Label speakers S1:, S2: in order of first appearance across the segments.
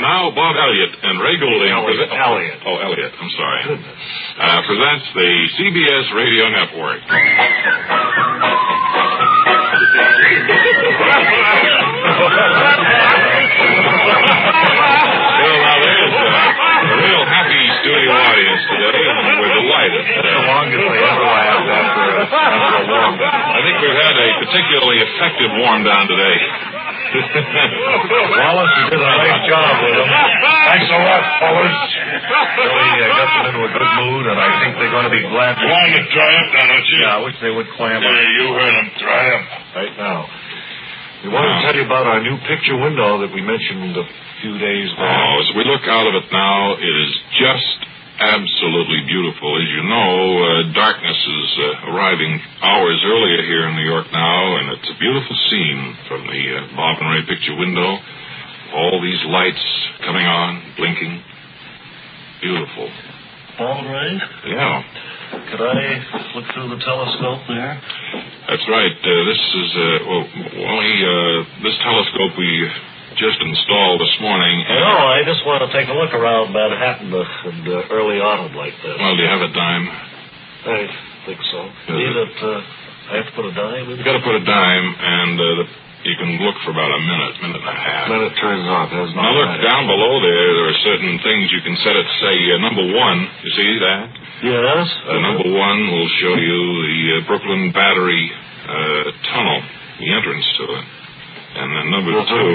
S1: now Bob Elliott and Ray Goulding.
S2: Elliott,
S1: prese-
S2: Elliott.
S1: Oh, Elliott. I'm sorry. Uh, presents the CBS Radio Network. Well, now there's uh, a real happy studio audience today. and We're delighted.
S2: The
S1: Uh,
S2: longest they ever laughed after a, after a walk.
S1: I think we've had a particularly effective warm down today.
S2: Wallace, you did a nice job with them. Thanks a lot, fellas. Really uh, got them into a good mood, and I think they're going to be glad. To...
S3: Want to try up now,
S1: uh,
S3: don't you?
S2: Yeah, I wish they would clam
S3: Yeah,
S2: up
S3: you heard him. Try up.
S2: right now. We want to tell you about our new picture window that we mentioned a few days back.
S1: Oh, as we look out of it now, it is just absolutely beautiful. As you know, uh, darkness is uh, arriving hours earlier here in New York now, and it's a beautiful scene from the uh, Bob and Ray picture window. All these lights coming on, blinking. Beautiful.
S4: All right.
S1: Yeah.
S4: Could I look through the telescope there?
S1: That's right. Uh, this is uh, well, Wally. Uh, this telescope we just installed this morning.
S4: No,
S2: Oh.
S4: I just want to take a look around Manhattan uh, in uh, early autumn like this.
S1: Well, do you have a dime?
S4: I think so. Need it, uh, I have to put a dime in?
S1: You got to put a dime, and uh, the, you can look for about a minute, minute and a half.
S2: Then it turns off. There's no
S1: Now look
S2: light.
S1: down below there. There are certain things you can set it. Say uh, number one. You see that?
S4: Yes.
S1: Uh, number one will show you the uh, Brooklyn Battery uh, tunnel, the entrance to it. And then number
S2: Uh-huh.
S1: two,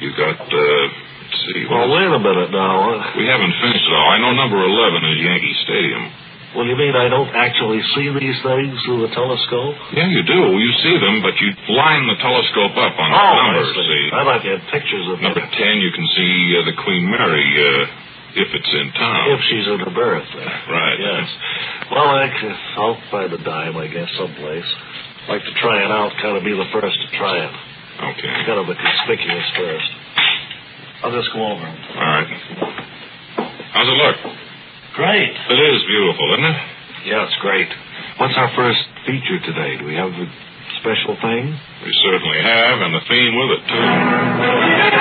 S1: you got. Uh, let's see. what
S4: Well,
S1: is-
S4: wait a minute now.
S1: We haven't finished it all. I know number 11 is Yankee Stadium.
S4: Well, you mean I don't actually see these things through the telescope?
S1: Yeah, you do. You see them, but you line the telescope up on the
S4: I
S1: numbers. See?
S4: I thought you had pictures of
S1: Number
S4: them.
S1: 10, you can see uh, the Queen Mary uh, if it's in town.
S4: If she's in her berth there.
S1: Right.
S4: Yes. Well, I, c- I'll find a dime, I guess, someplace. Like to try it out, kind of be the first to try it.
S1: Okay.
S4: Kind of the conspicuous first. I'll just go over.
S1: All right. How's it look?
S4: Great.
S1: It is beautiful, isn't it?
S2: Yeah, it's great. What's our first feature today? Do we have a special thing?
S1: We certainly have, and the theme with it, too.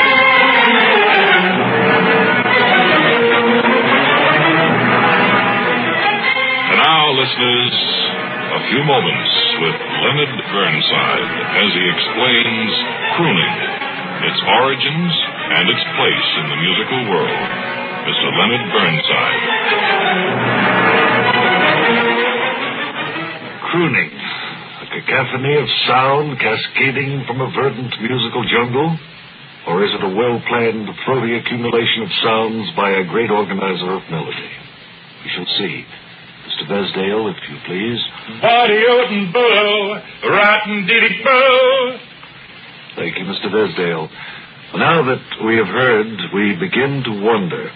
S1: And now, listeners, a few moments with Leonard Burnside as he explains crooning, its origins, and its place in the musical world. Mr. Leonard Burnside.
S2: Crooning. A cacophony of sound cascading from a verdant musical jungle? Or is it a well planned, throaty accumulation of sounds by a great organizer of melody? We shall see. Mr. Besdale, if you please.
S3: Body out and boo, rotten diddy boo.
S2: Thank you, Mr. Vesdale. Now that we have heard, we begin to wonder.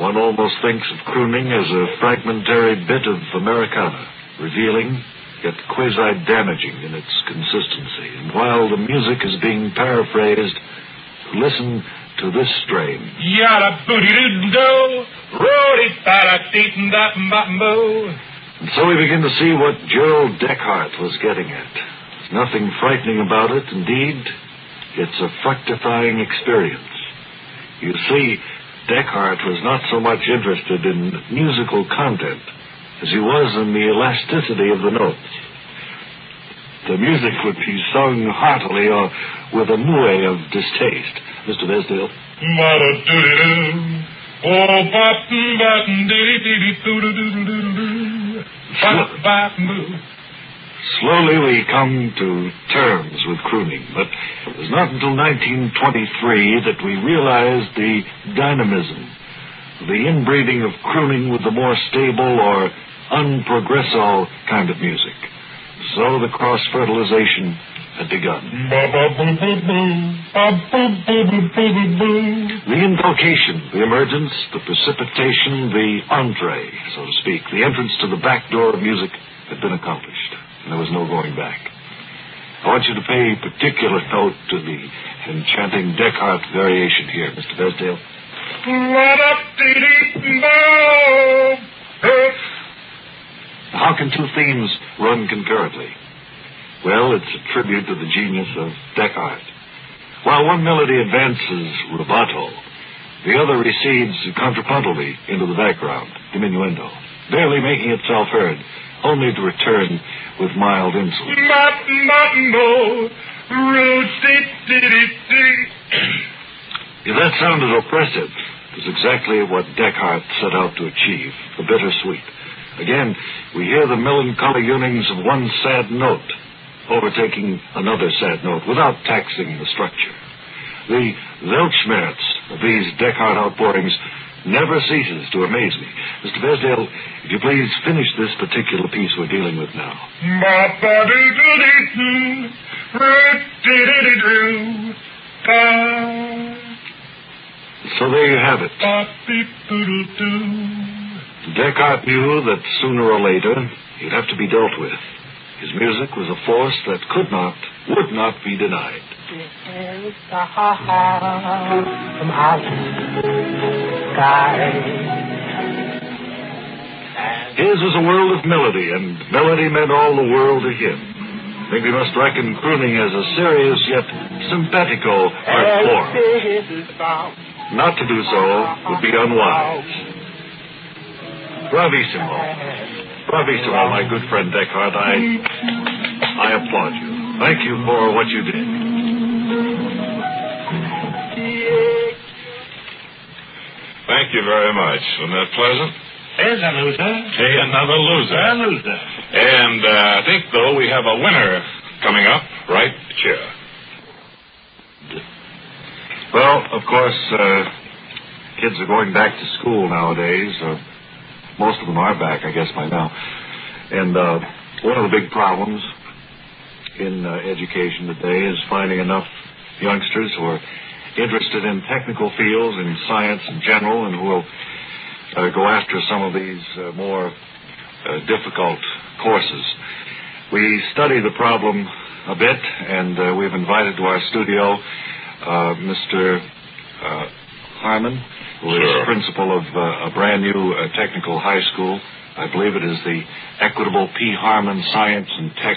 S2: One almost thinks of crooning as a fragmentary bit of Americana, revealing yet quasi damaging in its consistency. And while the music is being paraphrased, listen to this strain.
S3: Yada booty doo doo, roady bada deet and that boo.
S2: And so we begin to see what Gerald Deckhart was getting at. There's nothing frightening about it. Indeed, it's a fructifying experience. You see, Deckhart was not so much interested in musical content as he was in the elasticity of the notes. The music would be sung heartily or with a moue of distaste. Mr. Besdale,
S3: Mada dooty doo. Oh, bop and bop and diddy diddy doo doo doo doo doo doo. Bop bop boo.
S2: Slowly we come to terms with crooning, but it was not until 1923 that we realized the dynamism, the inbreeding of crooning with the more stable or unprogresso kind of music. So the cross fertilization had begun.
S3: Ba ba boo boo boo. Ba boo boo boo boo boo boo.
S2: The inculcation, the emergence, the precipitation, the entree, so to speak, the entrance to the back door of music had been accomplished, and there was no going back. I want you to pay particular note to the enchanting Descartes variation here, Mr. Besdale.
S3: Mada dee dee boo. Hey.
S2: How can two themes run concurrently? Well, it's a tribute to the genius of Descartes. While one melody advances rubato, The other recedes contrapuntally into the background, diminuendo, barely making itself heard, only to return with mild insolence. If that sounded oppressive, it was exactly what Descartes set out to achieve, the bittersweet. Again, we hear the melancholy yearnings of one sad note overtaking another sad note without taxing the structure. The Weltschmerz of these Descartes outpourings never ceases to amaze me. Mr. Besdale, if you please, finish this particular piece we're dealing with now. So there you have it. Descartes knew that sooner or later he'd have to be dealt with. His music was a force that could not, would not be denied.
S5: from out sky.
S2: His was a world of melody, and melody meant all the world to him. I think we must reckon crooning as a serious yet simpatico art form. Not to do so would be unwise. Bravissimo. Bravissimo, my good friend Descartes. I, I applaud you. Thank you for what you did.
S1: Thank you very much. Wasn't that pleasant?
S4: There's a loser.
S1: Hey, another loser.
S4: A loser.
S1: And uh, I think, though, we have a winner coming up right here.
S2: Well, of course, uh, kids are going back to school nowadays. Or most of them are back, I guess, by now. And uh, one of the big problems in uh, education today is finding enough youngsters who are interested in technical fields, in science in general, and who will uh, go after some of these uh, more uh, difficult courses. We study the problem a bit, and uh, we've invited to our studio uh, Mr. Uh, Harmon, who is
S1: Sure.
S2: principal of uh, a brand new uh, technical high school. I believe it is the Equitable P. Harmon Science and Tech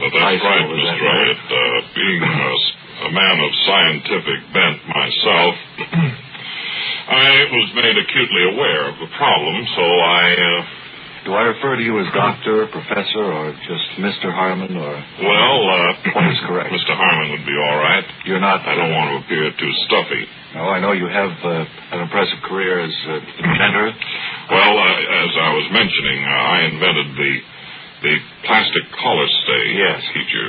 S1: Well,
S2: High
S1: that's right,
S2: School. is that
S1: Mr.
S2: right?
S1: Elliott. Uh, being a, s- a man of scientific bent myself, I was made acutely aware of the problem, so I, uh,
S2: Do I refer to you as doctor, professor, or just Mr. Harmon, or
S1: well, uh,
S2: What is correct?
S1: Mr. Harmon would be all right.
S2: you're not?
S1: I don't want to appear too stuffy.
S2: No, I know you have uh, an impressive career as uh, inventor.
S1: Well, uh, as I was mentioning, uh, I invented the the plastic collar stay.
S2: Yes.
S1: Keep your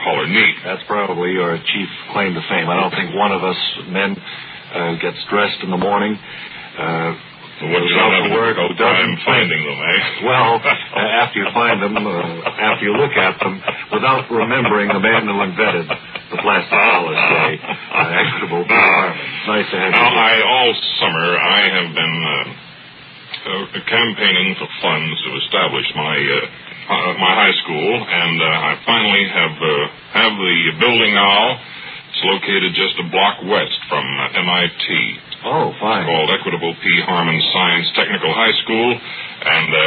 S1: collar neat.
S2: That's probably your chief claim to fame. I don't think one of us men uh, gets dressed in the morning. Uh,
S1: What
S2: goes
S1: you
S2: out
S1: don't have
S2: to
S1: a
S2: work, Oh,
S1: difficult
S2: doesn't
S1: time finding them, eh?
S2: Well, uh, after you find them, uh, after you look at them, without remembering the man who invented the plastic collar stay, uh, equitable P. Harmon. Nice to have you.
S1: Now, I
S2: here.
S1: all summer I have been uh, uh, campaigning for funds to establish my uh, uh, my high school, and uh, I finally have uh, have the building now. It's located just a block west from uh, MIT,
S2: Oh, fine.
S1: called Equitable P. Harmon Science Technical High School, and uh,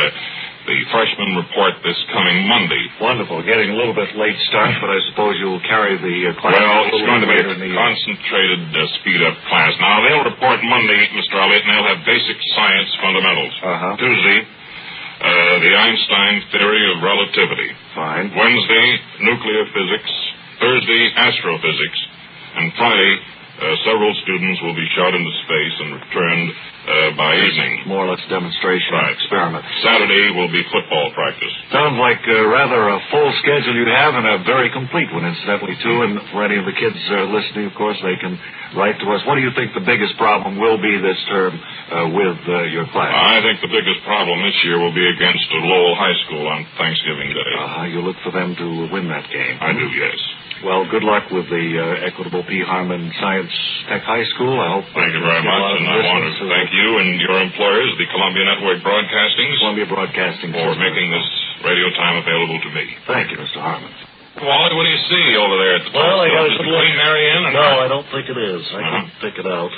S1: the freshmen report this coming Monday.
S2: Wonderful. Getting a little bit late start, but I suppose you'll carry the uh, class.
S1: Well,
S2: a
S1: it's
S2: little
S1: going to be
S2: later
S1: a
S2: in the
S1: concentrated uh, speed up class. Now, they'll report Monday, Mr. Elliott, and they'll have basic science fundamentals.
S2: Uh-huh.
S1: Tuesday, uh, the Einstein theory of relativity.
S2: Fine.
S1: Wednesday, nuclear physics. Thursday, astrophysics. And Friday, uh, several students will be shot into space and returned uh, by evening.
S2: More or less demonstration
S1: Right.
S2: experiment.
S1: Saturday will be football practice.
S2: Sounds like uh, rather a full schedule you have, and a very complete one, incidentally, too. And for any of the kids uh, listening, of course, they can write to us. What do you think the biggest problem will be this term uh, with uh, your class?
S1: I think the biggest problem this year will be against Lowell High School on Thanksgiving Day.
S2: Uh, you look for them to win that game.
S1: I do, yes.
S2: Well, good luck with the uh, Equitable P. Harmon Science Tech High School. I hope.
S1: Thank you very
S2: get a
S1: much,
S2: lot
S1: and
S2: of
S1: I want to
S2: listeners
S1: thank you and your employers, the Columbia Network Broadcasting,
S2: Columbia Broadcasting
S1: for
S2: System.
S1: making this radio time available to me.
S2: Thank you, Mr. Harmon.
S1: Wally, what do you see over there at the post
S4: Well, I got a
S1: office?
S4: good
S1: Did
S4: look.
S1: Queen Mary in? or
S4: No,
S1: not?
S4: I don't think it is. I
S2: Uh-huh.
S4: can pick it out.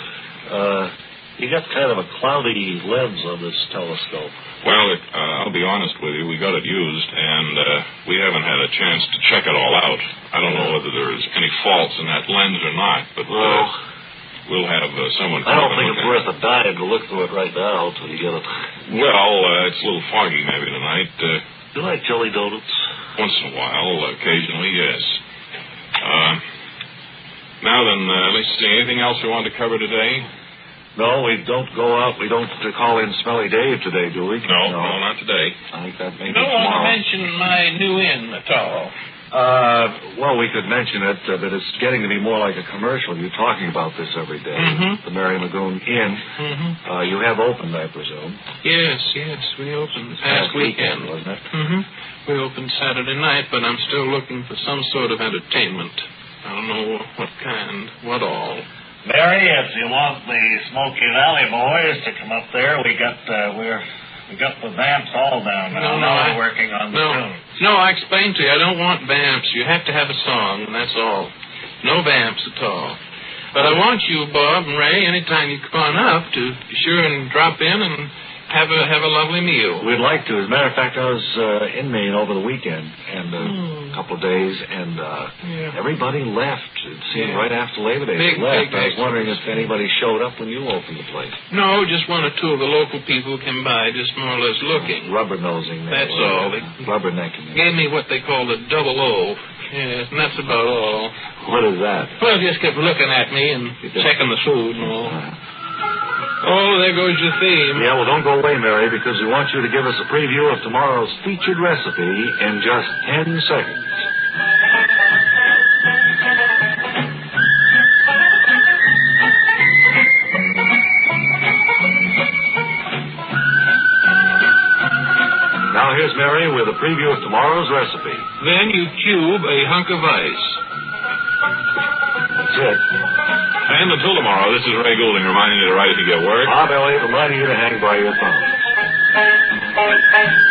S4: Uh, you got kind of a cloudy lens on this telescope.
S1: Well, it, uh, I'll be honest with you. We got it used, and uh, we haven't had a chance to check it all out. I don't know whether there is any faults in that lens or not, but uh,
S4: Well,
S6: We'll have uh, someone.
S2: I
S6: come
S2: don't
S6: and
S2: think
S6: look
S2: it's
S6: at it.
S2: worth a dime to look through it right now until you get it.
S6: Well, uh, it's a little foggy maybe tonight. Uh,
S2: You like jelly donuts?
S6: Once in a while, occasionally, yes. Uh, now then, uh, let's see. Anything else we want to cover today?
S2: No, we don't go out. We don't call in Smelly Dave today, do we?
S6: No, no, not today.
S2: I think that may be
S1: You don't want to
S2: tomorrow.
S1: mention my new inn at all.
S2: Uh, well, we could mention it, uh, but it's getting to be more like a commercial. You're talking about this every day.
S1: Mhm.
S2: The Mary Lagoon Inn.
S1: Mm-hmm.
S2: Uh, you have opened, I presume.
S1: Yes, yes, we opened the past weekend.
S2: wasn't it?
S1: Mm-hmm. We opened Saturday night, but I'm still looking for some sort of entertainment. I don't know what kind, what all.
S3: Barry, if you want the Smoky Valley boys to come up there, we got uh, we're we got the vamps all down
S1: No,
S3: now.
S1: no,
S3: now
S1: I-
S3: we're working on the
S1: No,
S3: tune.
S1: no, I explained to you, I don't want vamps. You have to have a song, and that's all. No vamps at all. But I want you, Bob and Ray, anytime you come on up, to be sure and drop in and have a have a lovely meal.
S2: We'd like to. As a matter of fact, I was uh, in Maine over the weekend and uh,
S1: Hmm.
S2: a couple of days, and uh,
S1: Yeah.
S2: everybody left. It seemed
S1: Yeah.
S2: right after Labor Day.
S1: Big,
S2: they left.
S1: big
S2: I was
S1: exodus.
S2: wondering if anybody showed up when you opened the place.
S1: No, just one or two of the local people came by, just more or less looking.
S2: Rubber nosing. there.
S1: That's all.
S2: Rubber necking.
S1: Gave me what they call the double O. Yes, and that's about all.
S2: What is that?
S1: Well, just kept looking at me and checking the food and all. Oh, there goes your theme.
S2: Yeah, well, don't go away, Mary, because we want you to give us a preview of tomorrow's featured recipe in just 10 seconds. Now, here's Mary with a preview of tomorrow's recipe.
S1: Then you cube a hunk of ice.
S2: That's it.
S6: And until tomorrow, this is Ray Goulding reminding you to write if you get work.
S2: Bob Elliott reminding you to hang by your thumb.
S4: Thank you.